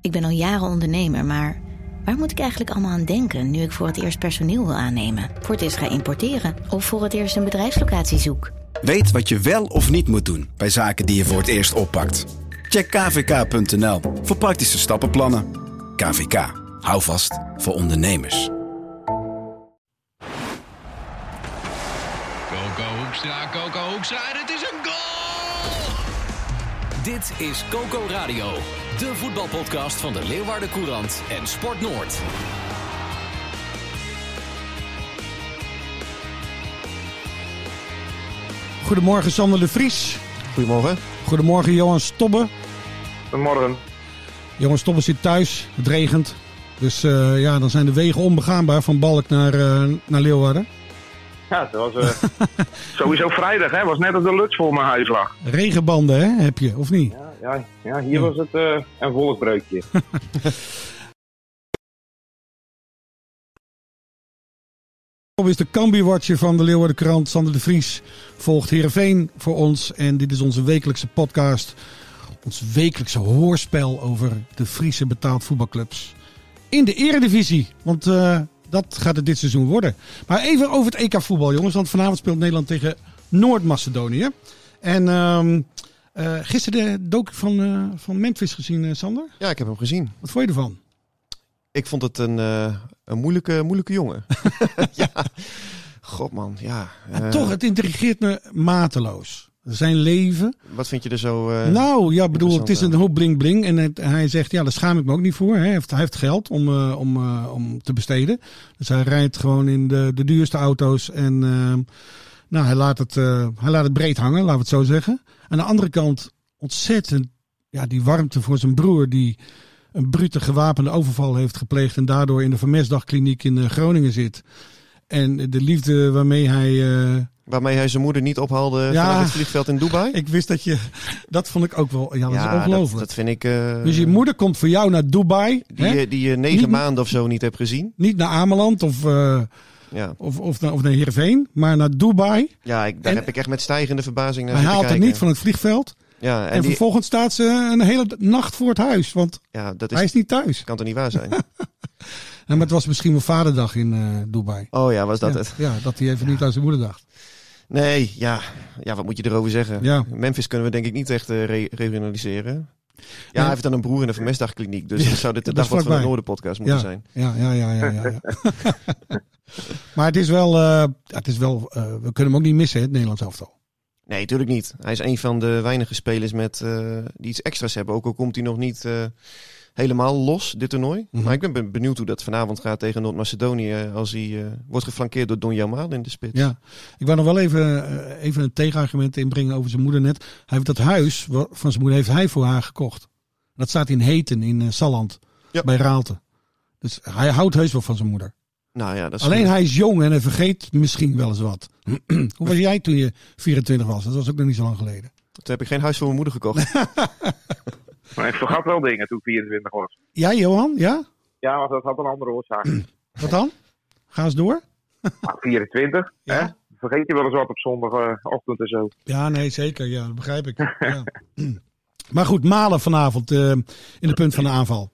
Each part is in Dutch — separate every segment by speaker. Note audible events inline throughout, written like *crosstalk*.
Speaker 1: Ik ben al jaren ondernemer, maar waar moet ik eigenlijk allemaal aan denken nu ik voor het eerst personeel wil aannemen, voor het eerst ga importeren of voor het eerst een bedrijfslocatie zoek?
Speaker 2: Weet wat je wel of niet moet doen bij zaken die je voor het eerst oppakt. Check kvk.nl voor praktische stappenplannen. KVK, hou vast voor ondernemers.
Speaker 3: Coco Hoekstra, Coco Hoekstra en het is een goal!
Speaker 4: Dit is Coco Radio, de voetbalpodcast van de Leeuwarden Courant en Sport Noord.
Speaker 5: Goedemorgen Sander de Vries.
Speaker 6: Goedemorgen.
Speaker 5: Goedemorgen Johan Stobbe.
Speaker 7: Goedemorgen.
Speaker 5: Johan Stobbe zit thuis, het regent. Dus eh, ja, dan zijn de wegen onbegaanbaar van Balk naar, eh, naar Leeuwarden.
Speaker 7: Ja, het was eh, *laughs* sowieso vrijdag, hè? was net als de Lux voor mijn huis lag.
Speaker 5: Regenbanden hè, heb je, of niet?
Speaker 7: Ja, ja, ja hier was het eh, een volkbreukje.
Speaker 5: Stobbe is de Cambuurwatcher van de Leeuwarden Krant. Sander de Vries volgt Heerenveen voor ons. En dit is onze wekelijkse podcast. Ons wekelijkse hoorspel over de Friese betaald voetbalclubs. In de eredivisie, want eh, dat gaat het dit seizoen worden. Maar even over het EK voetbal jongens. Want vanavond speelt Nederland tegen Noord-Macedonië. En ehm, eh, gisteren de docu van, eh, van Memphis gezien, eh, Sander.
Speaker 6: Ja, ik heb hem gezien.
Speaker 5: Wat vond je ervan?
Speaker 6: Ik vond het een, eh, een moeilijke, moeilijke
Speaker 5: *laughs*
Speaker 6: jongen. *laughs* ja. God man, ja.
Speaker 5: En
Speaker 6: Eh,
Speaker 5: toch, het intrigeert me mateloos. Zijn leven,
Speaker 6: Wat vind je er zo... eh,
Speaker 5: Nou, ja, ik bedoel, het is
Speaker 6: interessant,
Speaker 5: een hoop bling-bling. En het- hij zegt, ja, daar schaam ik me ook niet voor. hè. Hij heeft, hij heeft geld om, eh, om, eh, om te besteden. Dus hij rijdt gewoon in de, de duurste auto's. En ehm, nou, hij, laat het, eh, hij laat het breed hangen, laten we het zo zeggen. Aan de andere kant, ontzettend ja, die warmte voor zijn broer... die een brute gewapende overval heeft gepleegd... en daardoor in de Vermesdagkliniek in eh, Groningen zit. En de liefde waarmee hij... eh,
Speaker 6: Waarmee hij zijn moeder niet ophaalde
Speaker 5: Ja.
Speaker 6: vanaf het vliegveld in Dubai.
Speaker 5: ik wist dat je... *laughs* Dat vond ik ook wel... Ja, dat is ongelooflijk.
Speaker 6: dat, dat vind ik... eh,
Speaker 5: Dus je moeder komt voor jou naar Dubai.
Speaker 6: Die, eh,
Speaker 5: hè?
Speaker 6: je- die je negen
Speaker 5: Niet-
Speaker 6: maanden of zo niet hebt gezien.
Speaker 5: Niet naar Ameland of, eh,
Speaker 6: Ja,
Speaker 5: of, of, naar, of naar Heerenveen, maar naar Dubai.
Speaker 6: ja ik, daar
Speaker 5: En-
Speaker 6: heb ik echt met stijgende verbazing naar
Speaker 5: Hij
Speaker 6: zitten
Speaker 5: haalt het
Speaker 6: kijken.
Speaker 5: niet van het vliegveld.
Speaker 6: Ja, en
Speaker 5: en
Speaker 6: die-
Speaker 5: vervolgens staat ze een hele nacht voor het huis, want
Speaker 6: ja, dat
Speaker 5: hij
Speaker 6: is,
Speaker 5: is niet thuis.
Speaker 6: kan toch niet waar zijn?
Speaker 5: En, maar het was misschien mijn vaderdag in eh, Dubai.
Speaker 6: Oh ja, was
Speaker 5: *laughs*
Speaker 6: dat
Speaker 5: ja,
Speaker 6: het?
Speaker 5: ja, dat hij even niet aan zijn moeder dacht.
Speaker 6: Nee, ja. Ja, wat moet je erover zeggen?
Speaker 5: Ja.
Speaker 6: Memphis kunnen we denk ik niet echt eh, re- regionaliseren. Ja,
Speaker 5: Nee.
Speaker 6: hij heeft dan een broer in de vermestdagkliniek. Dus dan zou dit de
Speaker 5: dat
Speaker 6: dag
Speaker 5: is
Speaker 6: wat van de
Speaker 5: vlakbij.
Speaker 6: Noorderpodcast moeten
Speaker 5: Ja,
Speaker 6: zijn.
Speaker 5: ja, ja, ja, ja.
Speaker 6: *laughs*
Speaker 5: ja, *laughs* ja. maar het is wel, eh, het is wel eh, we kunnen hem ook niet missen, hè, het Nederlands elftal.
Speaker 6: Nee, natuurlijk niet. Hij is een van de weinige spelers met, eh, die iets extra's hebben. Ook al komt hij nog niet eh, helemaal los, dit toernooi.
Speaker 5: Mhm.
Speaker 6: Maar ik ben ben benieuwd hoe dat vanavond gaat tegen Noord-Macedonië. Als hij eh, wordt geflankeerd door Don Jamal in de spits.
Speaker 5: Ja, ik wou nog wel even, eh, even een tegenargument inbrengen over zijn moeder net. Hij heeft dat huis wa- van zijn moeder heeft hij voor haar gekocht. Dat staat in Heten in eh, Salland,
Speaker 6: Ja.
Speaker 5: bij Raalte. Dus hij houdt heus wel van zijn moeder.
Speaker 6: Nou ja, dat is
Speaker 5: Alleen hij is jong en hij vergeet misschien wel eens wat. *clears throat* Hoe was jij toen je 24 was? Dat was ook nog niet zo lang geleden.
Speaker 6: Toen heb ik geen huis voor mijn moeder gekocht.
Speaker 7: *laughs* Maar ik vergat wel dingen toen ik 24 was.
Speaker 5: Jij, Johan? Ja?
Speaker 7: Ja, want dat had een andere *clears throat* oorzaak.
Speaker 5: Wat dan? Ga eens door.
Speaker 7: Maar 24, hè?
Speaker 5: Ja.
Speaker 7: vergeet je wel eens wat op zondagochtend en zo.
Speaker 5: Ja, nee, zeker. Ja, dat begrijp ik. Ja. *clears throat* Maar goed, Malen vanavond eh, in de punt van de aanval.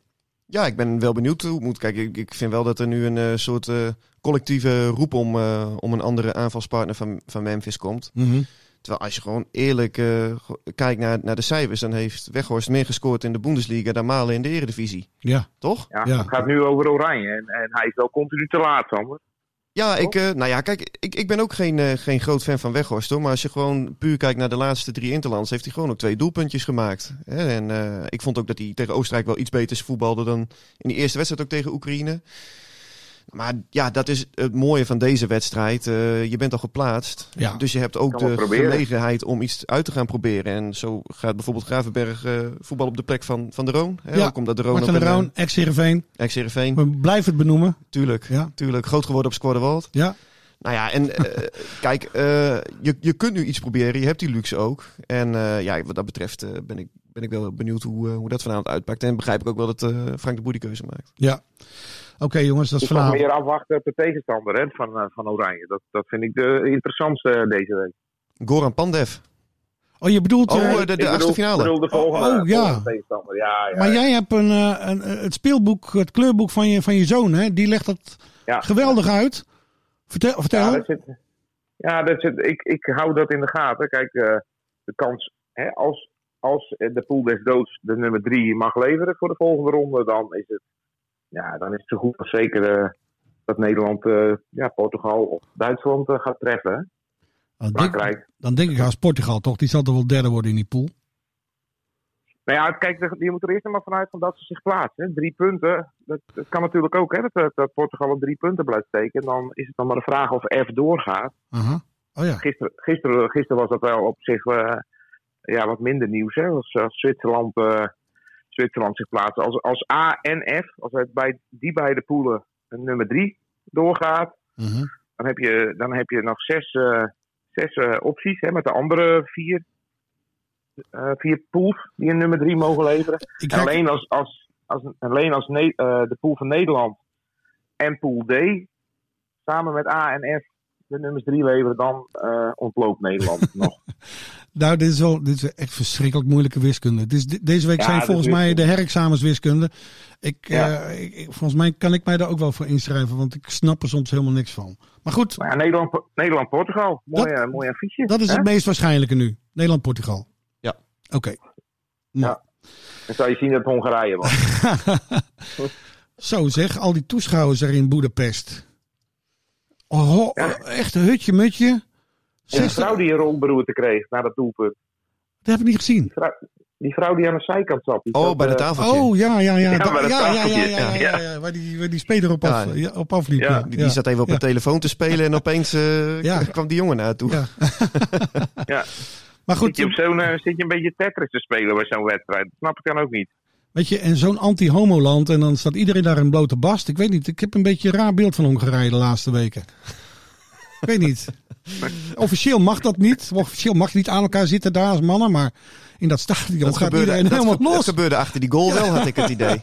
Speaker 6: ja, ik ben wel benieuwd hoe het moet. Kijk, ik, ik vind wel dat er nu een eh, soort eh, collectieve roep om, eh, om een andere aanvalspartner van, van Memphis komt. Terwijl als je gewoon eerlijk eh, go- kijkt naar, naar de cijfers, dan heeft Weghorst meer gescoord in de Bundesliga dan Malen in de Eredivisie.
Speaker 5: Ja,
Speaker 6: Toch?
Speaker 7: Ja,
Speaker 5: Ja.
Speaker 7: Het gaat nu over Oranje en, en hij is wel continu te laat, Sander.
Speaker 6: Ja, ik, eh, nou ja, kijk, ik, ik ben ook geen, eh, geen groot fan van Weghorst hoor. Maar als je gewoon puur kijkt naar de laatste drie Interlands, heeft hij gewoon ook twee doelpuntjes gemaakt. Hè? En eh, ik vond ook dat hij tegen Oostenrijk wel iets beters voetbalde dan in die eerste wedstrijd ook tegen Oekraïne. Maar ja, dat is het mooie van deze wedstrijd. Eh, je bent al geplaatst.
Speaker 5: Ja.
Speaker 6: Dus je hebt ook
Speaker 7: Kan wel
Speaker 6: de
Speaker 7: proberen.
Speaker 6: gelegenheid om iets uit te gaan proberen. En zo gaat bijvoorbeeld Gravenberg eh, voetbal op de plek van, van de Roon. Hè?
Speaker 5: Ja.
Speaker 6: Ook omdat de Roon
Speaker 5: Martin
Speaker 6: ook
Speaker 5: de
Speaker 6: een
Speaker 5: Roon, ex-Heerenveen.
Speaker 6: eh, ex-Heerenveen.
Speaker 5: We blijven het benoemen.
Speaker 6: Tuurlijk,
Speaker 5: Ja.
Speaker 6: tuurlijk. Groot geworden op Squadderwald.
Speaker 5: Ja,
Speaker 6: Nou ja, en eh,
Speaker 5: *laughs*
Speaker 6: kijk, eh, je, je kunt nu iets proberen. Je hebt die luxe ook. En eh, ja, wat dat betreft eh, ben, ik, ben ik wel benieuwd hoe, eh, hoe dat vanavond uitpakt. En begrijp ik ook wel dat eh, Frank de Boer die keuze maakt.
Speaker 5: ja. Oké jongens, dat is
Speaker 7: Ik kan
Speaker 5: vanavond.
Speaker 7: meer afwachten op de tegenstander hè, van, eh, van Oranje. Dat, dat vind ik de interessantste deze week.
Speaker 6: Goran Pandev.
Speaker 5: Oh, je bedoelt...
Speaker 6: Oh,
Speaker 5: eh,
Speaker 6: de, de achtste finale.
Speaker 7: Ik bedoel de volgende,
Speaker 5: Oh, ja.
Speaker 7: volgende tegenstander. Ja, ja,
Speaker 5: maar
Speaker 7: ja.
Speaker 5: jij hebt een, eh, een, eh, het speelboek, het kleurboek van je, van je zoon, hè? Die legt dat
Speaker 7: Ja.
Speaker 5: geweldig uit. Vertel.
Speaker 7: Ja,
Speaker 5: vertel.
Speaker 7: dat zit, ja dat zit, ik, ik hou dat in de gaten. Kijk, eh, de kans, hè, als, als eh, de pool des doods de nummer drie mag leveren voor de volgende ronde, dan is het, ja, dan is het zo goed als zeker eh, dat Nederland eh, ja, Portugal of Duitsland eh, gaat treffen. hè.
Speaker 5: Dan denk-
Speaker 7: Frankrijk.
Speaker 5: dan denk ik haast Portugal toch. Die zal toch wel derde worden in die pool.
Speaker 7: Nou ja, kijk, de- je moet er eerst maar vanuit van dat ze zich plaatsen. hè. Drie punten, dat, dat kan natuurlijk ook, hè, dat, eh, dat Portugal op drie punten blijft steken. Dan is het dan maar de vraag of F doorgaat.
Speaker 5: Aha. Oh ja.
Speaker 7: gisteren, gisteren, gisteren was dat wel op zich eh, ja, wat minder nieuws. Hè? Als, als Zwitserland, eh, Zwitserland zich plaatst. Als, als A en F, als het bij die beide poelen een nummer 3 doorgaat,
Speaker 5: Mhm.
Speaker 7: dan heb je, dan heb je nog zes, eh, zes eh, opties hè, met de andere vier, eh, vier pools die een nummer 3 mogen leveren.
Speaker 5: Ik
Speaker 7: En
Speaker 5: kijk-
Speaker 7: alleen als, als, als, alleen als Ne- eh, de pool van Nederland en pool D samen met A en F de nummers 3 leveren, dan eh, ontloopt
Speaker 5: *laughs*
Speaker 7: Nederland nog.
Speaker 5: Nou, dit is wel dit is echt verschrikkelijk moeilijke wiskunde. Dit is, de- deze week
Speaker 7: Ja,
Speaker 5: zijn
Speaker 7: dat
Speaker 5: volgens
Speaker 7: is-
Speaker 5: mij de herexamens wiskunde. Ik,
Speaker 7: Ja.
Speaker 5: eh, ik- ik- volgens mij kan ik mij daar ook wel voor inschrijven, want ik snap er soms helemaal niks van. Maar goed,
Speaker 7: Maar ja, Nederland, Nederland-Portugal, mooi,
Speaker 5: Dat-
Speaker 7: eh, mooi affiche.
Speaker 5: dat is
Speaker 7: hè?
Speaker 5: het meest waarschijnlijke nu. Nederland-Portugal.
Speaker 6: Ja.
Speaker 5: Oké. *laughs* Nou,
Speaker 7: Ja. Dan zou je zien dat het
Speaker 5: *laughs*
Speaker 7: Hongarije was.
Speaker 5: Zo zeg, al die toeschouwers er in Boedapest. Oh, echt een hutje mutje.
Speaker 7: En die
Speaker 5: Zestig-
Speaker 7: vrouw die een rolberoerte kreeg na dat doelpunt.
Speaker 5: Dat heb ik niet gezien.
Speaker 7: Die vrouw, die vrouw die aan de zijkant zat. die
Speaker 6: Oh,
Speaker 7: zat,
Speaker 6: bij de
Speaker 7: eh,
Speaker 6: tafeltje.
Speaker 5: Oh ja, ja, ja.
Speaker 7: Ja,
Speaker 5: Da-
Speaker 7: bij dat
Speaker 5: ja, ja, ja,
Speaker 7: tafeltje.
Speaker 5: ja, ja, ja. Waar die, waar die speler op, af,
Speaker 6: Ja.
Speaker 5: ja, op afliep.
Speaker 7: Ja,
Speaker 6: Die, die zat even op
Speaker 5: Ja.
Speaker 6: de telefoon te spelen en opeens eh,
Speaker 5: Ja.
Speaker 6: kwam die jongen naartoe.
Speaker 5: Ja.
Speaker 7: Ja.
Speaker 5: Maar
Speaker 7: Zit
Speaker 5: goed,
Speaker 7: je, op zo'n, eh, zit je een beetje Tetris te spelen bij zo'n wedstrijd? Dat snap ik dan ook niet.
Speaker 5: weet je, en zo'n anti-homoland en dan staat iedereen daar in blote bast. Ik weet niet, ik heb een beetje een raar beeld van Hongarije de laatste weken. ik weet
Speaker 6: *laughs*
Speaker 5: niet. Officieel mag dat niet. Officieel mag je niet aan elkaar zitten daar als mannen, maar in dat stadion gaat iedereen
Speaker 6: dat
Speaker 5: helemaal
Speaker 6: gebe-
Speaker 5: los.
Speaker 6: dat gebeurde achter die goal wel, had ik het
Speaker 5: *laughs*
Speaker 6: idee.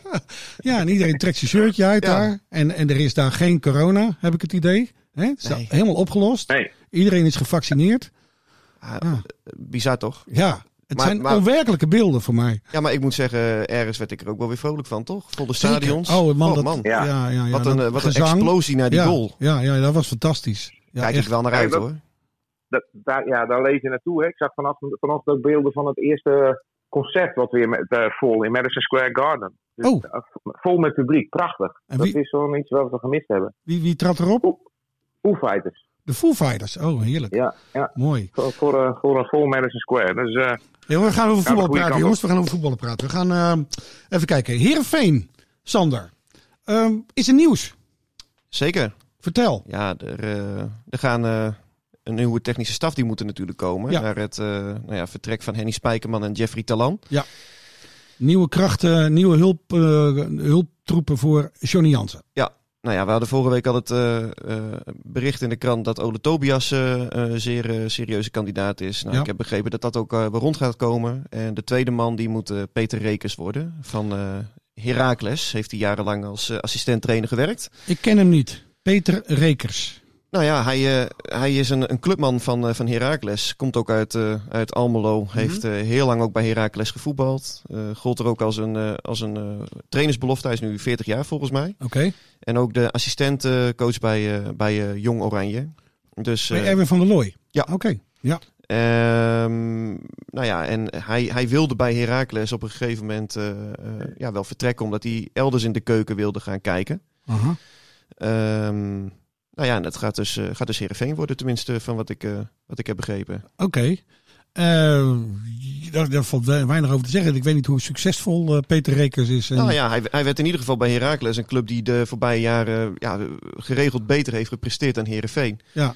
Speaker 5: Ja, en iedereen trekt zijn shirtje uit
Speaker 6: Ja.
Speaker 5: daar. En, en er is daar geen corona, heb ik het idee. Hè? Het is daar
Speaker 6: Nee.
Speaker 5: helemaal opgelost.
Speaker 7: Nee.
Speaker 5: Iedereen is gevaccineerd.
Speaker 6: Ah, Bizar toch?
Speaker 5: Ja, het
Speaker 6: Maar-
Speaker 5: zijn
Speaker 6: maar-
Speaker 5: onwerkelijke beelden voor mij.
Speaker 6: Ja, maar ik moet zeggen, ergens werd ik er ook wel weer vrolijk van, toch? Volle stadions.
Speaker 5: Zeker. Oh man, dat,
Speaker 7: Ja.
Speaker 5: ja, ja, ja,
Speaker 6: Wat een,
Speaker 5: dat
Speaker 6: eh, wat een
Speaker 5: gezang.
Speaker 6: explosie naar die
Speaker 5: ja,
Speaker 6: goal.
Speaker 5: Ja, ja, dat was fantastisch. Ja,
Speaker 6: Kijk
Speaker 5: echt.
Speaker 6: ik wel naar uit
Speaker 7: Kijk, dat-
Speaker 6: hoor.
Speaker 7: Dat, daar, ja, daar lees je naartoe. Hè. Ik zag vanochtend, vanochtend ook beelden van het eerste concert wat weer met, eh, vol in Madison Square Garden. Dus,
Speaker 5: Oh.
Speaker 7: eh, vol met publiek, prachtig.
Speaker 5: En
Speaker 7: dat
Speaker 5: wie-
Speaker 7: is zo'n iets wat we gemist hebben.
Speaker 5: Wie, wie trad erop?
Speaker 7: Foo Fighters,
Speaker 5: De Foo Fighters. Oh, heerlijk.
Speaker 7: ja. ja.
Speaker 5: Mooi.
Speaker 7: Voor, voor, eh, voor een vol Madison Square. Dus, eh,
Speaker 5: Ja, we gaan over
Speaker 7: de
Speaker 5: voetbal
Speaker 7: goede
Speaker 5: praten,
Speaker 7: kant
Speaker 5: jongens. We gaan over voetballen praten. We gaan eh, even kijken. Heerenveen, Sander. Ehm, is er nieuws?
Speaker 6: Zeker.
Speaker 5: Vertel.
Speaker 6: Ja, er, eh, er gaan eh, een nieuwe technische staf die moeten natuurlijk komen.
Speaker 5: Ja.
Speaker 6: Naar het eh, nou ja, vertrek van Henny Spijkerman en Jeffrey Talan.
Speaker 5: Nieuwe krachten, nieuwe hulp, eh, hulptroepen voor Johnny Jansen.
Speaker 6: Nou ja, we hadden vorige week al het eh, eh, bericht in de krant dat Ole Tobias eh, eh, zeer eh, serieuze kandidaat is. Nou,
Speaker 5: Ja.
Speaker 6: Ik heb begrepen dat dat ook eh, weer rond gaat komen. En de tweede man die moet eh, Peter Rekers worden van eh Heracles. Heeft hij jarenlang als eh, assistent-trainer gewerkt.
Speaker 5: Ik ken hem niet. Peter Rekers.
Speaker 6: Nou ja, hij, eh, hij is een, een clubman van, eh, van Heracles. Komt ook uit, eh, uit Almelo. Heeft eh, heel lang ook bij Heracles gevoetbald. Eh gold er ook als een, eh, als een eh, trainersbelofte. Hij is nu 40 jaar volgens mij.
Speaker 5: Oké.
Speaker 6: En ook de assistentcoach bij, eh, bij eh, Jong Oranje. Dus,
Speaker 5: Bij
Speaker 6: eh,
Speaker 5: Erwin van der Looy.
Speaker 6: Ja.
Speaker 5: Oké. Ja.
Speaker 6: ehm, nou ja, en hij, hij wilde bij Heracles op een gegeven moment eh, eh, ja, wel vertrekken. Omdat hij elders in de keuken wilde gaan kijken.
Speaker 5: Aha.
Speaker 6: Ehm, nou ja, en dat gaat dus, eh gaat dus Heerenveen worden, tenminste, van wat ik, eh, wat ik heb begrepen.
Speaker 5: Oké. Eh, daar, daar valt we- weinig over te zeggen. Ik weet niet hoe succesvol eh, Peter Rekers is. En,
Speaker 6: Nou ja, hij, hij werd in ieder geval bij Heracles een club die de voorbije jaren ja, geregeld beter heeft gepresteerd dan Herenveen.
Speaker 5: Ja.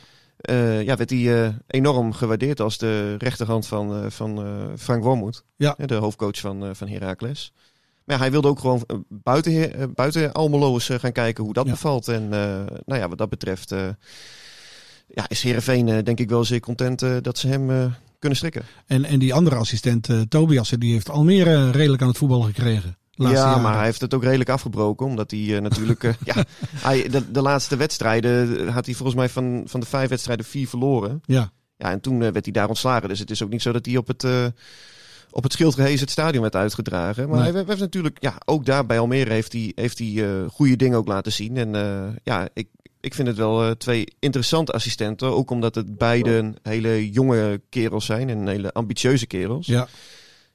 Speaker 6: ja, werd hij eh, enorm gewaardeerd als de rechterhand van, eh, van eh, Frank Wormoed,
Speaker 5: Ja.
Speaker 6: de hoofdcoach van, eh, van Heracles. Maar ja, hij wilde ook gewoon eh, buiten, Her- eh, buiten Almelo eens eh, gaan kijken hoe dat
Speaker 5: Ja.
Speaker 6: bevalt. En eh, nou ja, wat dat betreft eh, ja, is Herenveen denk ik wel zeer content eh, dat ze hem eh, kunnen strikken.
Speaker 5: en, en die andere assistent, eh Tobias, die heeft Almere eh, redelijk aan het voetballen gekregen. de
Speaker 6: ja,
Speaker 5: laatste jaren.
Speaker 6: maar hij heeft het ook redelijk afgebroken. Omdat hij eh, natuurlijk. eh,
Speaker 5: *laughs*
Speaker 6: ja, eh, hij, de, de laatste wedstrijden had hij volgens mij van, van de vijf wedstrijden vier verloren.
Speaker 5: Ja.
Speaker 6: Ja, en toen eh, werd hij daar ontslagen. Dus het is ook niet zo dat hij op het, eh, op het schild gehezen het stadion werd uitgedragen. Maar
Speaker 5: Nee.
Speaker 6: hij we- heeft natuurlijk, ja, ook daar bij Almere heeft hij, heeft hij eh, goede dingen ook laten zien. En eh, ja, ik, ik vind het wel eh, twee interessante assistenten. Ook omdat het beide hele jonge kerels zijn en hele ambitieuze kerels.
Speaker 5: Ja,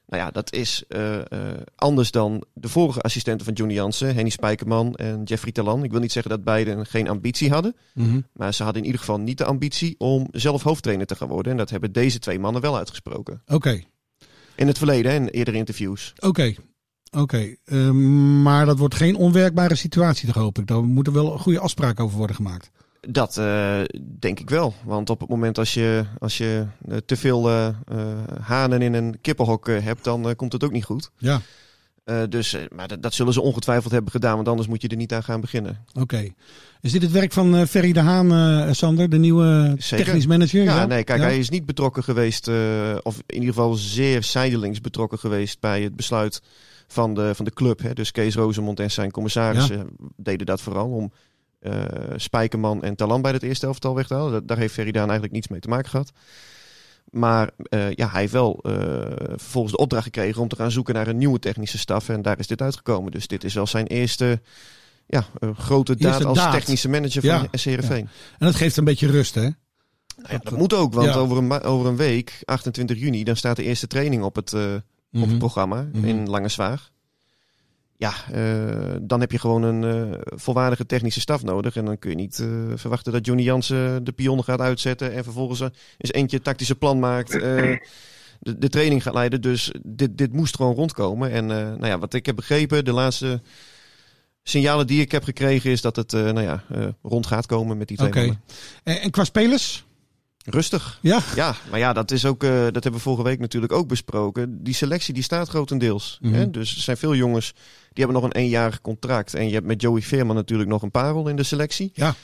Speaker 6: Nou ja, dat is eh, eh, anders dan de vorige assistenten van Johnny Jansen, Henny Spijkerman en Jeffrey Talan. Ik wil niet zeggen dat beiden geen ambitie hadden,
Speaker 5: Mhm.
Speaker 6: maar ze hadden in ieder geval niet de ambitie om zelf hoofdtrainer te gaan worden. En dat hebben deze twee mannen wel uitgesproken.
Speaker 5: oké.
Speaker 6: In het verleden hè, in eerdere interviews.
Speaker 5: Oké. Oké, Eh, maar dat wordt geen onwerkbare situatie, toch hoop ik. Daar moet er wel een goede afspraak over worden gemaakt.
Speaker 6: Dat eh, denk ik wel. Want op het moment als je, als je eh, te veel eh, eh, hanen in een kippenhok eh, hebt, dan eh, komt het ook niet goed.
Speaker 5: Ja,
Speaker 6: Eh, dus, eh, maar dat, dat zullen ze ongetwijfeld hebben gedaan, want anders moet je er niet aan gaan beginnen.
Speaker 5: oké. Is dit het werk van eh, Ferry de Haan, eh, Sander, de nieuwe
Speaker 6: Zeker.
Speaker 5: technisch manager?
Speaker 6: Ja, nee, kijk,
Speaker 5: Ja?
Speaker 6: hij is niet betrokken geweest, eh, of in ieder geval zeer zijdelings betrokken geweest bij het besluit van de, van de club. Hè. Dus Kees Rozemond en zijn commissarissen deden dat vooral om eh, Spijkerman en Talan bij het eerste elftal weg te halen. Da- daar heeft Feridaan eigenlijk niets mee te maken gehad. Maar eh, ja, hij heeft wel eh, vervolgens de opdracht gekregen om te gaan zoeken naar een nieuwe technische staf. En daar is dit uitgekomen. Dus dit is wel zijn eerste ja, eh, grote daad
Speaker 5: Eerste
Speaker 6: als
Speaker 5: daad.
Speaker 6: technische manager van
Speaker 5: Ja,
Speaker 6: SCRV.
Speaker 5: En dat geeft een beetje rust, hè?
Speaker 6: Nou ja, dat moet ook, want
Speaker 5: Ja.
Speaker 6: over, een, ma- over een week, 28 juni, dan staat de eerste training op het, eh, op het
Speaker 5: Mhm.
Speaker 6: programma
Speaker 5: Mhm.
Speaker 6: in Langeswaag. Ja, eh, dan heb je gewoon een eh, volwaardige technische staf nodig. En dan kun je niet eh, verwachten dat Johnny Jansen de pionnen gaat uitzetten. En vervolgens eh, eens eentje tactische plan maakt. eh, de, de training gaat leiden. Dus dit, dit moest gewoon rondkomen. En eh, nou ja, wat ik heb begrepen, de laatste signalen die ik heb gekregen... is dat het eh, nou ja, eh, rond gaat komen met die twee
Speaker 5: Oké.
Speaker 6: mannen.
Speaker 5: En, en qua spelers?
Speaker 6: Rustig.
Speaker 5: Ja,
Speaker 6: Ja, maar ja, dat, is ook, eh, dat hebben we vorige week natuurlijk ook besproken. Die selectie die staat grotendeels.
Speaker 5: Mhm.
Speaker 6: Hè? Dus er zijn veel jongens die hebben nog een eenjarig contract. En je hebt met Joey Veerman natuurlijk nog een parel in de selectie.
Speaker 5: Ja.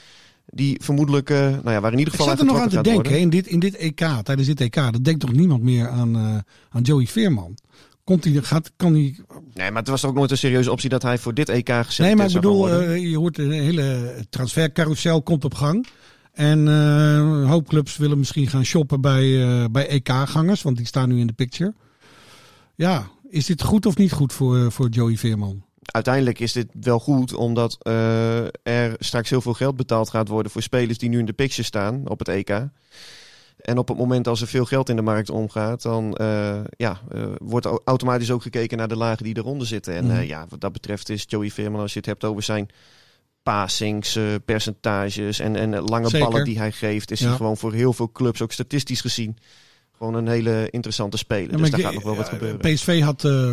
Speaker 6: Die vermoedelijk, eh, nou ja, waar in ieder
Speaker 5: ik
Speaker 6: geval
Speaker 5: zat er nog aan te
Speaker 6: getrokken
Speaker 5: denken,
Speaker 6: gaat
Speaker 5: hè, in dit, in dit EK, tijdens dit EK, dat denkt toch niemand meer aan, eh, aan Joey Veerman? Komt hij, gaat, kan hij...
Speaker 6: worden. Nee, maar het was ook nooit een serieuze optie dat hij voor dit EK geselecteerd
Speaker 5: Nee, maar ik
Speaker 6: zou
Speaker 5: bedoel,
Speaker 6: gaan worden.
Speaker 5: eh, je hoort een hele transfercarousel komt op gang. En eh, een hoop clubs willen misschien gaan shoppen bij, eh, bij EK-gangers, want die staan nu in de picture. Ja, is dit goed of niet goed voor, eh, voor Joey Veerman?
Speaker 6: Uiteindelijk is dit wel goed, omdat eh, er straks heel veel geld betaald gaat worden voor spelers die nu in de picture staan op het EK. En op het moment als er veel geld in de markt omgaat, dan eh, ja, eh, wordt au- automatisch ook gekeken naar de lagen die eronder zitten. En
Speaker 5: Mhm.
Speaker 6: eh, ja, wat dat betreft is Joey Veerman, als je het hebt over zijn passings, eh, percentages en, en eh, lange
Speaker 5: Zeker.
Speaker 6: ballen die hij geeft, is
Speaker 5: Ja.
Speaker 6: hij gewoon voor heel veel clubs, ook statistisch gezien, gewoon een hele interessante
Speaker 5: Ja,
Speaker 6: speler.
Speaker 5: maar
Speaker 6: dus
Speaker 5: ik-
Speaker 6: daar gaat nog wel wat
Speaker 5: ja,
Speaker 6: gebeuren.
Speaker 5: PSV had, eh,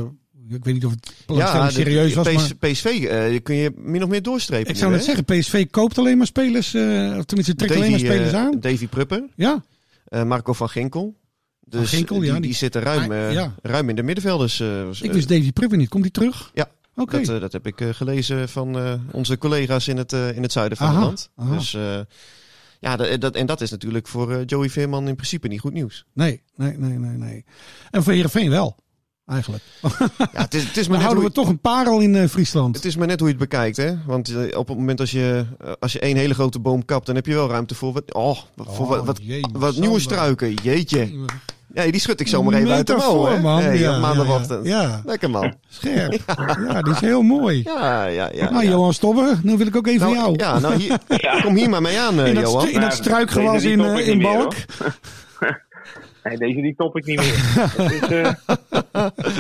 Speaker 5: ik weet niet of het ja,
Speaker 6: de-
Speaker 5: serieus was, maar...
Speaker 6: PS- PSV eh, kun je min of meer doorstrepen.
Speaker 5: Ik zou
Speaker 6: nu,
Speaker 5: net
Speaker 6: hè?
Speaker 5: zeggen, PSV koopt alleen maar spelers, eh, of tenminste trekt alleen maar
Speaker 6: Davy,
Speaker 5: spelers
Speaker 6: eh,
Speaker 5: aan.
Speaker 6: Davy Prupper,
Speaker 5: Ja,
Speaker 6: eh, Marco van Ginkel. Dus
Speaker 5: Ginkel,
Speaker 6: die,
Speaker 5: ja,
Speaker 6: die,
Speaker 5: die-
Speaker 6: zitten ruim,
Speaker 5: Ah,
Speaker 6: eh,
Speaker 5: ja.
Speaker 6: ruim in de middenvelders. eh, was-
Speaker 5: ik
Speaker 6: eh,
Speaker 5: wist Davy Prupper niet. Komt hij terug?
Speaker 6: Ja.
Speaker 5: Oké.
Speaker 6: dat, eh, dat heb ik eh, gelezen van eh, onze collega's in het, eh, in het zuiden van
Speaker 5: Aha,
Speaker 6: het land.
Speaker 5: aha.
Speaker 6: Dus, eh, ja, dat, dat- en dat is natuurlijk voor eh, Joey Veerman in principe niet goed
Speaker 5: *laughs*
Speaker 6: nieuws.
Speaker 5: Nee, nee, nee, nee, nee. En voor Heerenveen wel, eigenlijk.
Speaker 6: Dus Ja, het, is,
Speaker 5: Dan
Speaker 6: het, is maar net hoe
Speaker 5: houden we
Speaker 6: je,
Speaker 5: toch een parel in eh, Friesland.
Speaker 6: het is maar net hoe je het bekijkt. Hè? Want eh, op het moment als je, eh, als je één hele grote boom kapt, dan heb je wel ruimte voor wat, oh, wat- voor wat, wat,
Speaker 5: jee,
Speaker 6: wat
Speaker 5: Sander.
Speaker 6: nieuwe struiken. Jeetje. Nee, die schud ik zomaar even uit de mouw.
Speaker 5: Metafoor,
Speaker 6: hè?
Speaker 5: man.
Speaker 6: Nee,
Speaker 5: ja,
Speaker 6: op maandagochtend.
Speaker 5: Ja, ja.
Speaker 6: Lekker man. *laughs*
Speaker 5: scherp. Ja, die is heel mooi.
Speaker 6: Ja, ja, ja.
Speaker 5: nou,
Speaker 6: ja.
Speaker 5: Johan Stobber, nu wil ik ook even
Speaker 6: Nou,
Speaker 5: jou.
Speaker 6: Ja, nou, hier, kom hier maar mee aan, eh,
Speaker 5: in, dat,
Speaker 6: Johan.
Speaker 5: stru- in dat
Speaker 7: Nou,
Speaker 5: struikgewas
Speaker 7: deze die
Speaker 5: in,
Speaker 7: top
Speaker 5: eh,
Speaker 7: ik
Speaker 5: in
Speaker 7: niet meer,
Speaker 5: Balk.
Speaker 7: Nee, deze die top ik niet
Speaker 5: *laughs*
Speaker 7: meer. Het is, eh,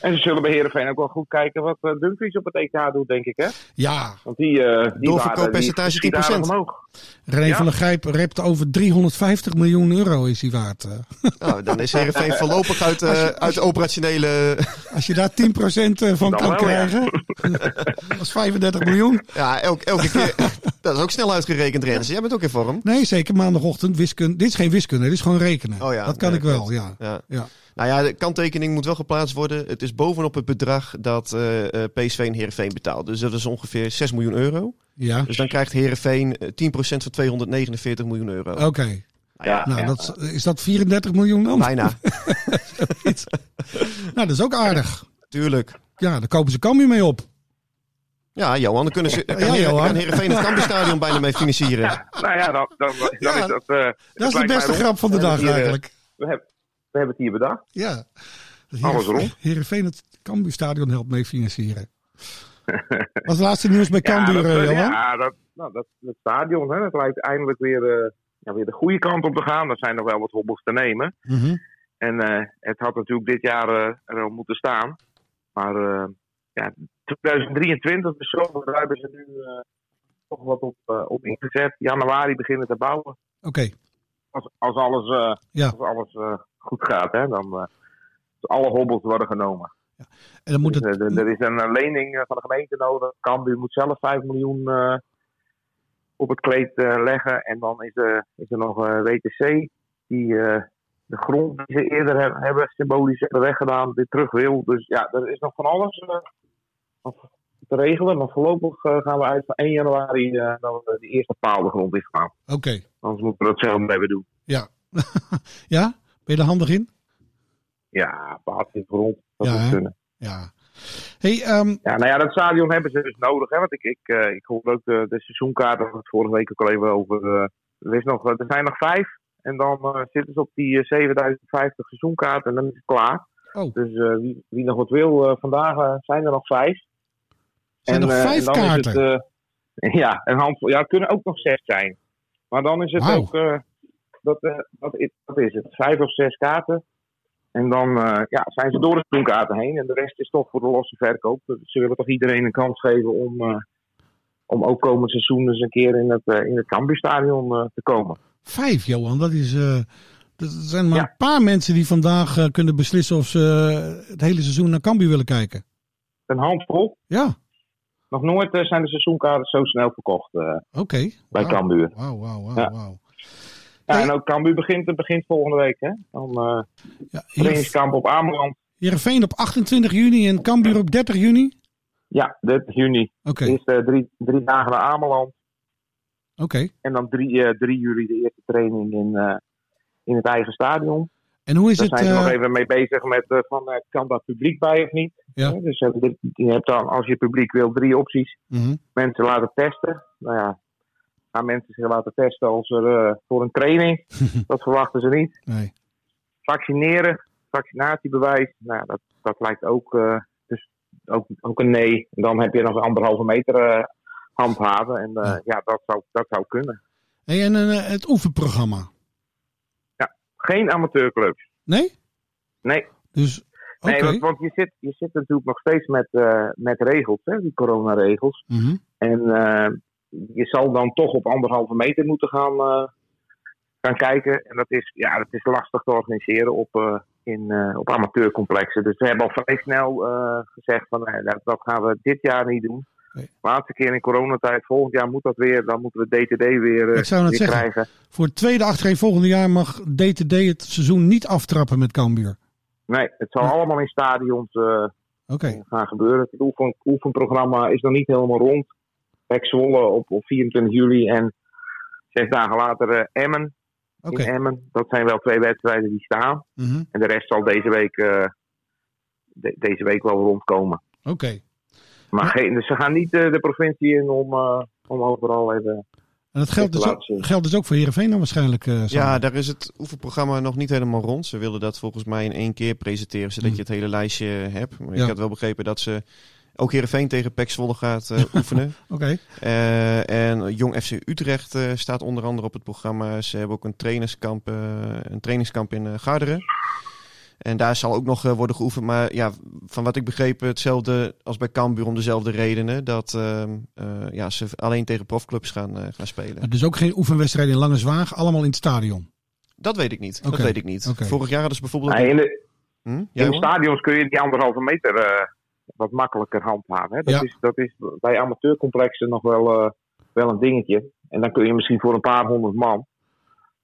Speaker 7: En ze zullen bij Heerenveen ook wel goed kijken wat eh, Dumfries op het EK doet, denk ik. Hè?
Speaker 5: Ja,
Speaker 7: Want die, eh die
Speaker 6: Doorverkooppercentage
Speaker 7: waren- die schiet
Speaker 6: 10%.
Speaker 7: aardig omhoog.
Speaker 5: René
Speaker 7: Ja.
Speaker 5: van der Grijp rept over 350 miljoen euro is hij waard. eh.
Speaker 6: Nou, dan is Heerenveen voorlopig uit, eh, uit de operationele...
Speaker 5: Als je daar 10% van
Speaker 7: Dan
Speaker 5: kan
Speaker 7: wel, ja.
Speaker 5: krijgen,
Speaker 7: *laughs*
Speaker 5: dat is 35 miljoen.
Speaker 6: Ja, elk,
Speaker 5: *laughs*
Speaker 6: elke keer... Dat is ook snel uitgerekend, Rens. Jij bent ook in vorm.
Speaker 5: Nee, zeker maandagochtend. Wiskunde. Dit is geen wiskunde, dit is gewoon rekenen.
Speaker 6: Oh ja,
Speaker 5: dat kan
Speaker 6: nee,
Speaker 5: ik wel,
Speaker 6: klopt.
Speaker 5: ja.
Speaker 6: Ja.
Speaker 5: ja.
Speaker 6: Nou ja, de kanttekening moet wel geplaatst worden. Het is bovenop het bedrag dat eh, eh, PSV en Heerenveen betaalt. Dus dat is ongeveer 6 miljoen euro.
Speaker 5: Ja,
Speaker 6: Dus dan krijgt Heerenveen eh, 10% van 249 miljoen euro.
Speaker 5: oké.
Speaker 6: Nou ja,
Speaker 7: Ja.
Speaker 5: Nou, dat, is dat 34 miljoen dan?
Speaker 6: bijna.
Speaker 5: Nou, dat is ook aardig.
Speaker 6: Tuurlijk.
Speaker 5: Ja, daar kopen ze Cambuur mee op.
Speaker 6: Ja, Johan, dan kunnen ze. Dan kan,
Speaker 5: Ja,
Speaker 6: Heer-
Speaker 5: Johan.
Speaker 6: kan Heerenveen het Kampenstadion bijna mee financieren.
Speaker 7: Nou ja, dan, dan, dan
Speaker 5: Ja,
Speaker 7: is dat...
Speaker 5: Dat
Speaker 7: eh, het
Speaker 5: is de
Speaker 7: lijkt mij
Speaker 5: beste
Speaker 7: rond.
Speaker 5: grap van de
Speaker 7: We hebben
Speaker 5: dag
Speaker 7: het hier, eh,
Speaker 5: eigenlijk.
Speaker 7: We hebben, we hebben het hier bedacht.
Speaker 5: Ja. Dat
Speaker 7: Alles
Speaker 5: Heerenveen-
Speaker 7: rond.
Speaker 5: Heerenveen het Cambuurstadion helpt mee financieren. Wat is laatste nieuws
Speaker 7: *laughs*
Speaker 5: bij Cambuur,
Speaker 7: dat,
Speaker 5: eh,
Speaker 7: eh,
Speaker 5: Johan?
Speaker 7: ja, dat, nou, dat, het stadion, hè, dat lijkt eindelijk weer, eh, ja, weer de goede kant op te gaan. Er zijn nog wel wat hobbels te nemen.
Speaker 5: Mhm.
Speaker 7: En eh, het had natuurlijk dit jaar eh, er al moeten staan. Maar eh, ja, 2023, dus zo, daar hebben ze nu eh, toch wat op, eh, op ingezet. Januari beginnen te bouwen.
Speaker 5: Oké,
Speaker 7: Als, als alles, eh,
Speaker 5: Ja.
Speaker 7: als alles eh, goed gaat, hè, dan eh, dus alle hobbels worden genomen.
Speaker 5: en dan moet
Speaker 7: Dus,
Speaker 5: het...
Speaker 7: eh, er- er is een eh, lening eh, van de gemeente nodig. Cambuur moet zelf 5 miljoen eh, op het kleed eh, leggen. En dan is, eh, is er nog eh, WTC die eh, de grond die ze eerder he- hebben, symbolisch hebben weggedaan, weer terug wil. Dus ja, er is nog van alles eh, nog te regelen. Maar voorlopig eh, gaan we uit van 1 januari eh dat we de eerste paal de grond in gaan.
Speaker 5: Oké,
Speaker 7: Anders moeten we dat zelf blijven doen.
Speaker 5: ja. ja? Ben je er handig in?
Speaker 7: Ja, paal in de grond. Dat
Speaker 5: Ja,
Speaker 7: moet
Speaker 5: hè?
Speaker 7: kunnen.
Speaker 5: Ja. hey, ehm,
Speaker 7: Ja, nou ja, dat stadion hebben ze dus nodig. Hè? Want ik, ik, eh, ik hoorde ook de, de seizoenkaart, daar hadden we het vorige week ook al even over. eh, er, is nog, er zijn nog vijf. En dan eh, zitten ze op die eh, 7050 seizoenkaart en dan is het klaar.
Speaker 5: Oh.
Speaker 7: Dus eh, wie, wie nog wat wil, eh, vandaag eh, zijn er nog vijf.
Speaker 5: Zijn er
Speaker 7: eh,
Speaker 5: vijf
Speaker 7: dan is het,
Speaker 5: kaarten?
Speaker 7: eh, *laughs* ja, een handvol. Ja, het kunnen ook nog zes zijn. Maar dan is het
Speaker 5: Wauw.
Speaker 7: ook... eh, dat, eh, dat, is, dat is het. Vijf of zes kaarten. En dan eh, ja, zijn ze door de seizoenkaarten heen. En de rest is toch voor de losse verkoop. Ze willen toch iedereen een kans geven om, eh, om ook komend seizoen eens een keer in het, eh in het Cambuurstadion eh, te komen.
Speaker 5: vijf, Johan. Dat is... eh dat zijn maar
Speaker 7: Ja.
Speaker 5: een paar mensen die vandaag eh, kunnen beslissen of ze eh, het hele seizoen naar Cambuur willen kijken.
Speaker 7: Een handvol.
Speaker 5: Ja,
Speaker 7: Nog nooit eh, zijn de seizoenkaarten zo snel verkocht eh,
Speaker 5: oké.
Speaker 7: bij
Speaker 5: Wauw.
Speaker 7: Cambuur.
Speaker 5: Wauw, wauw, wauw,
Speaker 7: Ja.
Speaker 5: wauw.
Speaker 7: Ja,
Speaker 5: Hey.
Speaker 7: en ook Cambuur begint, het begint volgende week. Hè? Dan eh
Speaker 5: Ja, Heer-
Speaker 7: trainingskamp op Ameland.
Speaker 5: Heerenveen op 28 juni en Cambuur op 30 juni? Oké,
Speaker 7: Ja, 30 juni.
Speaker 5: oké.
Speaker 7: Eerst eh, drie, drie dagen naar Ameland. En dan eh, 3 juli de eerste training in, eh, in het eigen stadion.
Speaker 5: En hoe is
Speaker 7: Daar
Speaker 5: het...
Speaker 7: zijn ze nog
Speaker 5: eh,
Speaker 7: even mee bezig met eh, van, eh, kan daar publiek bij of niet?
Speaker 5: Ja.
Speaker 7: Eh, Dus eh, dit- je hebt dan, als je publiek wil, drie opties.
Speaker 5: mhm.
Speaker 7: Mensen laten testen. Nou ja, gaan mensen zich laten testen als er, eh, voor een
Speaker 5: *laughs*
Speaker 7: training? dat verwachten ze niet.
Speaker 5: Nee.
Speaker 7: Vaccineren, vaccinatiebewijs. Nou, dat, dat lijkt ook, eh, dus ook, ook een nee. En dan heb je nog anderhalve meter eh, handhaven. En eh,
Speaker 5: Ja.
Speaker 7: ja, dat zou, dat zou kunnen.
Speaker 5: Hey, en eh, het oefenprogramma?
Speaker 7: Geen amateurclubs.
Speaker 5: Nee?
Speaker 7: Nee.
Speaker 5: Dus, oké.
Speaker 7: Nee, want, want je, zit, je zit natuurlijk nog steeds met, eh, met regels, hè, die coronaregels.
Speaker 5: Mhm.
Speaker 7: En eh, je zal dan toch op anderhalve meter moeten gaan, eh, gaan kijken. En dat is, ja, dat is lastig te organiseren op, eh, in, eh, op amateurcomplexen. Dus we hebben al vrij snel eh, gezegd van nee, dat, dat gaan we dit jaar niet doen.
Speaker 5: Nee.
Speaker 7: Laatste keer in coronatijd, volgend jaar moet dat weer. Dan moeten we DTD weer, eh,
Speaker 5: Ik zou net
Speaker 7: weer
Speaker 5: zeggen.
Speaker 7: krijgen.
Speaker 5: Voor het tweede achtereen volgende jaar mag DTD het seizoen niet aftrappen met Cambuur.
Speaker 7: Nee, het zal
Speaker 5: Ja.
Speaker 7: allemaal in stadions eh,
Speaker 5: Oké.
Speaker 7: gaan gebeuren. Het oefen, oefenprogramma is nog niet helemaal rond. Pek Zwolle op, op 24 juli en zes dagen later eh, Emmen.
Speaker 5: Oké.
Speaker 7: In Emmen. Dat zijn wel twee wedstrijden die staan.
Speaker 5: Mhm.
Speaker 7: En de rest zal deze week, eh, de- deze week wel rondkomen.
Speaker 5: Oké.
Speaker 7: Maar
Speaker 5: Ja.
Speaker 7: geen, dus ze gaan niet eh, de provincie in om, eh, om overal even...
Speaker 5: En dat geldt dus, ook,
Speaker 7: Laatste.
Speaker 5: geldt dus ook voor Heerenveen dan waarschijnlijk. eh, Sander?
Speaker 6: Ja, daar is het oefenprogramma nog niet helemaal rond. Ze wilden dat volgens mij in één keer presenteren, zodat
Speaker 5: Hm.
Speaker 6: je het hele lijstje eh, hebt. Maar
Speaker 5: Ja.
Speaker 6: ik had wel begrepen dat ze ook Heerenveen tegen PEC Zwolle gaat eh, oefenen.
Speaker 5: Oké.
Speaker 6: Eh, en Jong FC Utrecht eh, staat onder andere op het programma. Ze hebben ook een trainingskamp, eh, een trainingskamp in eh, Garderen. En daar zal ook nog eh, worden geoefend. Maar ja, van wat ik begreep, hetzelfde als bij Cambuur om dezelfde redenen. Dat ehm, eh, ja, ze alleen tegen profclubs gaan, eh, gaan spelen.
Speaker 5: Dus ook geen oefenwedstrijd in Lange Zwaag, allemaal in het stadion.
Speaker 6: Dat weet ik niet.
Speaker 5: Oké.
Speaker 6: Dat weet ik niet.
Speaker 5: Oké.
Speaker 6: Vorig jaar hadden ze bijvoorbeeld...
Speaker 7: Nee, in de,
Speaker 6: Hm? Ja,
Speaker 7: in de
Speaker 6: Johan?
Speaker 7: stadions kun je die anderhalve meter eh, wat makkelijker handhaven. Hè? Dat,
Speaker 5: Ja.
Speaker 7: is, dat is bij amateurcomplexen nog wel, eh, wel een dingetje. En dan kun je misschien voor een paar honderd man...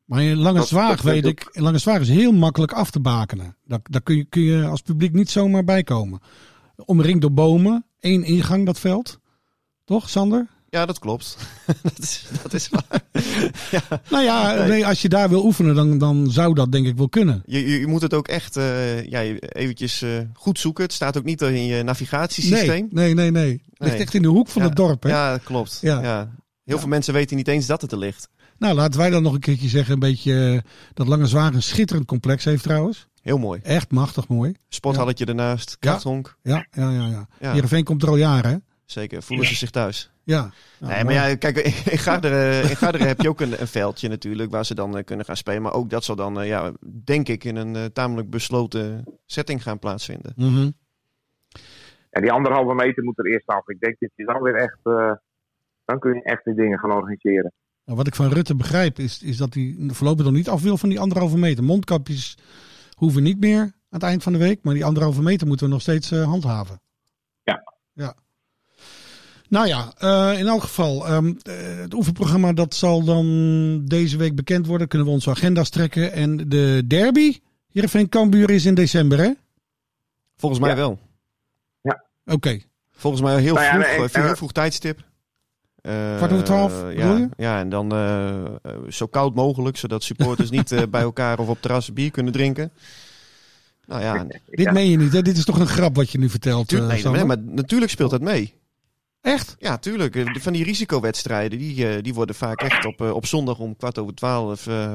Speaker 5: Maar in Lange
Speaker 7: Dat-
Speaker 5: Zwaag
Speaker 7: dat- dat-
Speaker 5: weet ik, in Lange Zwaag is heel makkelijk af te bakenen. Daar, daar kun, je, kun je als publiek niet zomaar bij komen. Omringd door bomen, één ingang dat veld. Toch, Sander?
Speaker 6: Ja, dat klopt. *laughs* dat, is, dat is waar. ja.
Speaker 5: Nou ja,
Speaker 6: Nee.
Speaker 5: nee, als je daar wil oefenen, dan, dan zou dat denk ik wel kunnen.
Speaker 6: je, je, je moet het ook echt eh, ja, je- eventjes eh, goed zoeken. Het staat ook niet in je navigatiesysteem.
Speaker 5: Nee, nee, nee. nee. Het ligt
Speaker 6: Nee.
Speaker 5: echt in de hoek van
Speaker 6: Ja.
Speaker 5: het dorp. Hè?
Speaker 6: Ja, dat klopt.
Speaker 5: Ja.
Speaker 6: Ja. Heel veel mensen weten niet eens dat het er ligt.
Speaker 5: Nou, laten wij dan nog een keertje zeggen. Een beetje eh, dat Lange Zwaar een schitterend complex heeft trouwens.
Speaker 6: Heel mooi.
Speaker 5: Echt machtig mooi.
Speaker 6: Sporthalletje ernaast, krachthonk.
Speaker 5: Ja, ja, ja. ja.
Speaker 6: Ja.
Speaker 5: Heerenveen komt er al jaren, hè?
Speaker 6: Zeker, voelen ze zich thuis.
Speaker 5: Ja. Nou,
Speaker 6: nee, maar ja, kijk, in Garderen, in Garderen heb je ook een, een veldje natuurlijk waar ze dan eh, kunnen gaan spelen. Maar ook dat zal dan, eh, ja, denk ik, in een eh, tamelijk besloten setting gaan plaatsvinden.
Speaker 5: Mhm.
Speaker 7: En die anderhalve meter moet er eerst af. Ik denk dat je dan weer echt. eh, dan kun je echt die dingen gaan organiseren.
Speaker 5: Nou, wat ik van Rutte begrijp is, is dat hij voorlopig nog niet af wil van die anderhalve meter. Mondkapjes hoeven niet meer aan het eind van de week, maar die anderhalve meter moeten we nog steeds eh, handhaven.
Speaker 7: Ja.
Speaker 5: ja. Nou ja, eh, in elk geval, ehm, eh, het oefenprogramma dat zal dan deze week bekend worden. Kunnen we onze agenda's trekken. En de derby, Heerenveen Cambuur is in december hè?
Speaker 6: Volgens mij
Speaker 7: Ja.
Speaker 6: wel.
Speaker 5: Oké,
Speaker 6: Volgens mij heel
Speaker 7: Nou ja,
Speaker 6: vroeg,
Speaker 7: nee,
Speaker 6: eh,
Speaker 7: eh,
Speaker 6: heel vroeg tijdstip. Eh,
Speaker 5: Kwart over twaalf, bedoel je?
Speaker 6: ja, ja, en dan eh, eh, zo koud mogelijk,
Speaker 5: *laughs*
Speaker 6: zodat supporters niet eh, bij elkaar of op terras bier kunnen drinken. Nou ja,
Speaker 7: *laughs*
Speaker 6: en-
Speaker 5: dit
Speaker 7: Ja.
Speaker 5: meen je niet hè? Dit is toch een grap wat je nu vertelt. eh,
Speaker 6: tuurlijk, nee,
Speaker 5: Sander?
Speaker 6: nee, maar natuurlijk speelt dat mee.
Speaker 5: Echt?
Speaker 6: Ja, tuurlijk. Eh, Van die risicowedstrijden, die, eh, die worden vaak echt op, eh, op zondag om kwart over twaalf eh,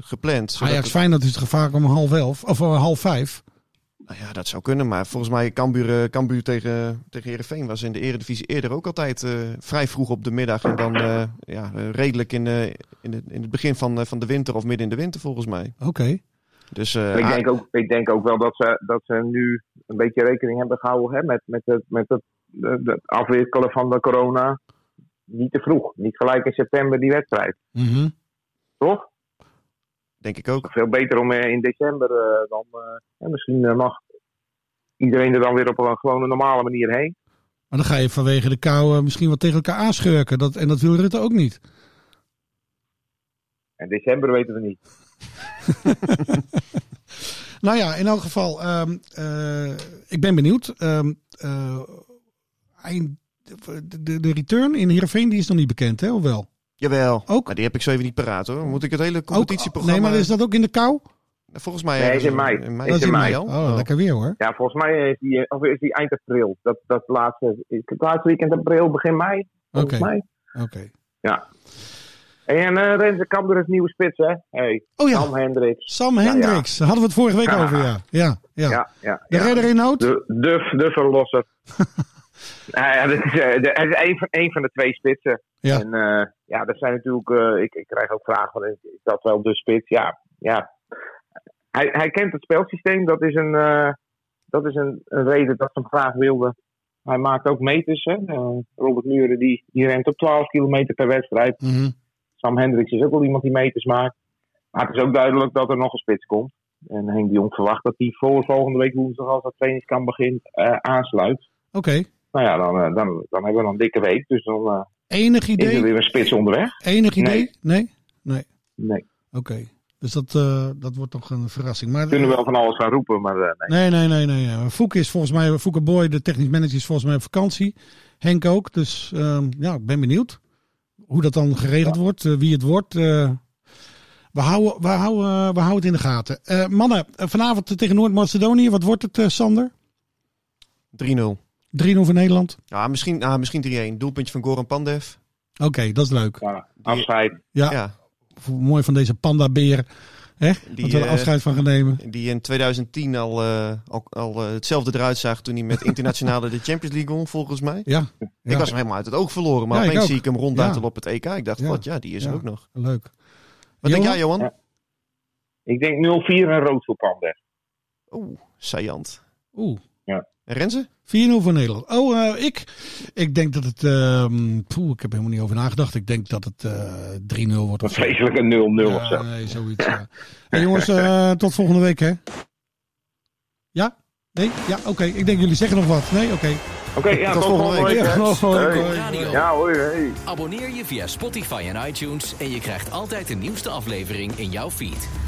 Speaker 6: gepland. zodat
Speaker 5: Ajax
Speaker 6: het-
Speaker 5: Feyenoord is het gevaar om half elf, of eh, half vijf.
Speaker 6: nou ja, dat zou kunnen, maar volgens mij Cambuur, eh, Cambuur tegen, tegen Heerenveen was in de eredivisie eerder ook altijd eh, vrij vroeg op de middag. En dan eh, ja, eh, redelijk in, eh, in, het- in het begin van, eh, van de winter of midden in de winter volgens mij.
Speaker 5: Oké.
Speaker 6: Dus eh,
Speaker 7: ik,
Speaker 6: A-
Speaker 7: denk ook, ik denk ook wel dat ze, dat ze nu een beetje rekening hebben gehouden hè, met, met, het, met het, de- de- het afwikkelen van de corona. Niet te vroeg. Niet gelijk in september die wedstrijd.
Speaker 5: Mhm.
Speaker 7: Toch?
Speaker 6: denk ik ook.
Speaker 7: Veel beter om eh, in december eh, dan. eh, hè, misschien eh, mag iedereen er dan weer op een gewone normale manier heen.
Speaker 5: Maar dan ga je vanwege de kou eh, misschien wat tegen elkaar aanschurken. Dat, en dat wil Rutte ook niet.
Speaker 7: En december weten we niet.
Speaker 5: Nou ja, in elk geval, ehm, eh, ik ben benieuwd. Ehm, eh, eind- de, de- de return in Heerenveen die is nog niet bekend, hè? Of wel?
Speaker 6: Jawel,
Speaker 5: Ook?
Speaker 6: Maar die heb ik zo even niet paraat hoor. Moet ik het hele
Speaker 5: Ook,
Speaker 6: competitieprogramma...
Speaker 5: nee, maar is dat ook in de kou?
Speaker 6: Volgens mij...
Speaker 7: Nee,
Speaker 6: ergens
Speaker 7: is in mei. Is
Speaker 5: Dat
Speaker 7: in mei.
Speaker 6: al?
Speaker 5: Oh, lekker weer hoor.
Speaker 7: Ja, volgens mij is die, eh, of is die eind april. Dat, dat laatste, is het laatste weekend april, begin mei. Volgens
Speaker 5: Oké.
Speaker 7: mij.
Speaker 5: Oké.
Speaker 7: En eh Renze Kamper is nieuwe spits, hè? Hey,
Speaker 5: Oh ja,
Speaker 7: Sam Hendricks.
Speaker 5: Sam Hendricks. Daar hadden we het vorige week
Speaker 7: Ja.
Speaker 5: over, ja. Ja, ja.
Speaker 7: Ja, ja.
Speaker 5: De
Speaker 7: ja.
Speaker 5: redder in nood?
Speaker 7: De, de, de verlosser. nou ja, dat is, eh, de, hij is een van, één van de twee spitsen.
Speaker 5: Ja.
Speaker 7: En eh, ja, dat zijn natuurlijk. eh, ik, ik krijg ook vragen van: is is dat wel de spits? Ja, ja. Hij, hij kent het spelsysteem. Dat is een, eh, dat is een, een reden dat ze hem graag wilden. Hij maakt ook meters. Hè? Eh, Robert Muren die, die rent op 12 kilometer per wedstrijd.
Speaker 5: Mhm.
Speaker 7: Sam Hendricks is ook wel iemand die meters maakt. Maar het is ook duidelijk dat er nog een spits komt. En Henk de Jong verwacht dat hij voor volgende week woensdag, als dat trainingskamp begint, eh, aansluit.
Speaker 5: Oké.
Speaker 7: Nou ja, dan, eh, dan, dan hebben we nog een dikke week. Dus dan eh,
Speaker 5: Enig
Speaker 7: is er
Speaker 5: idee?
Speaker 7: weer een spits onderweg.
Speaker 5: Enig idee? Nee?
Speaker 7: Nee.
Speaker 5: Nee?
Speaker 7: Nee,
Speaker 5: Oké. Dus dat, eh, dat wordt toch een verrassing. Maar,
Speaker 7: we kunnen wel van alles gaan roepen, maar eh,
Speaker 5: Nee,
Speaker 7: nee.
Speaker 5: nee, nee, nee. nee. Fouk is volgens mij, Fouke Boy, de technisch manager, is volgens mij op vakantie. Henk ook. Dus ehm, ja, ik ben benieuwd hoe dat dan geregeld wordt, eh, wie het wordt. eh. we, houden, we, houden, eh, we houden het in de gaten. Eh, mannen, eh, vanavond tegen Noord-Macedonië. Wat wordt het, eh, Sander?
Speaker 6: 3-0.
Speaker 5: 3-0 voor Nederland?
Speaker 6: Ja, misschien, ah, misschien 3-1. Doelpuntje van Goran Pandev.
Speaker 5: Oké, dat is leuk.
Speaker 7: Ja, afscheid.
Speaker 5: Ja,
Speaker 6: ja.
Speaker 5: mooi van deze pandabeer. Hè? dat we er
Speaker 6: eh,
Speaker 5: afscheid van gaan nemen.
Speaker 6: Die in 2010 al, eh, al, al eh, hetzelfde eruit zag toen hij
Speaker 5: *laughs*
Speaker 6: met internationale de Champions League won, volgens mij.
Speaker 5: Ja, ja.
Speaker 6: Ik was hem helemaal uit het oog verloren, maar
Speaker 5: Ja, ik
Speaker 6: opeens
Speaker 5: ook.
Speaker 6: zie ik hem rondduitelen
Speaker 5: Ja.
Speaker 6: op het EK. Ik dacht,
Speaker 5: Ja.
Speaker 6: wat, ja, die is
Speaker 5: Ja.
Speaker 6: er ook nog.
Speaker 5: leuk.
Speaker 6: Wat
Speaker 5: Johan?
Speaker 6: denk jij, Johan?
Speaker 7: Ja. Ik denk 0-4 en rood voor Pander.
Speaker 6: Oeh, saillant.
Speaker 5: Oeh.
Speaker 6: En Renze?
Speaker 5: 4-0 voor Nederland. Oh, eh, ik, ik denk dat het. ehm poeh, ik heb er helemaal niet over nagedacht. Ik denk dat het eh 3-0 wordt.
Speaker 7: Een
Speaker 5: Of zo.
Speaker 7: vreselijke 0-0 of
Speaker 5: Ja,
Speaker 7: zo.
Speaker 5: nee, zoiets. Ja. Hey, jongens, eh, tot volgende week, hè? Ja? Nee? Ja, oké. Ik denk jullie zeggen nog wat. Nee? Oké.
Speaker 7: Oké, ja,
Speaker 6: Tot
Speaker 7: tot
Speaker 6: volgende
Speaker 7: volgende week.
Speaker 5: Ja,
Speaker 7: hè.
Speaker 5: nog wel.
Speaker 7: Hey.
Speaker 5: Hoi, hoi.
Speaker 4: Radio.
Speaker 7: Ja, hoi. Hey.
Speaker 4: Abonneer je via Spotify en iTunes en je krijgt altijd de nieuwste aflevering in jouw feed.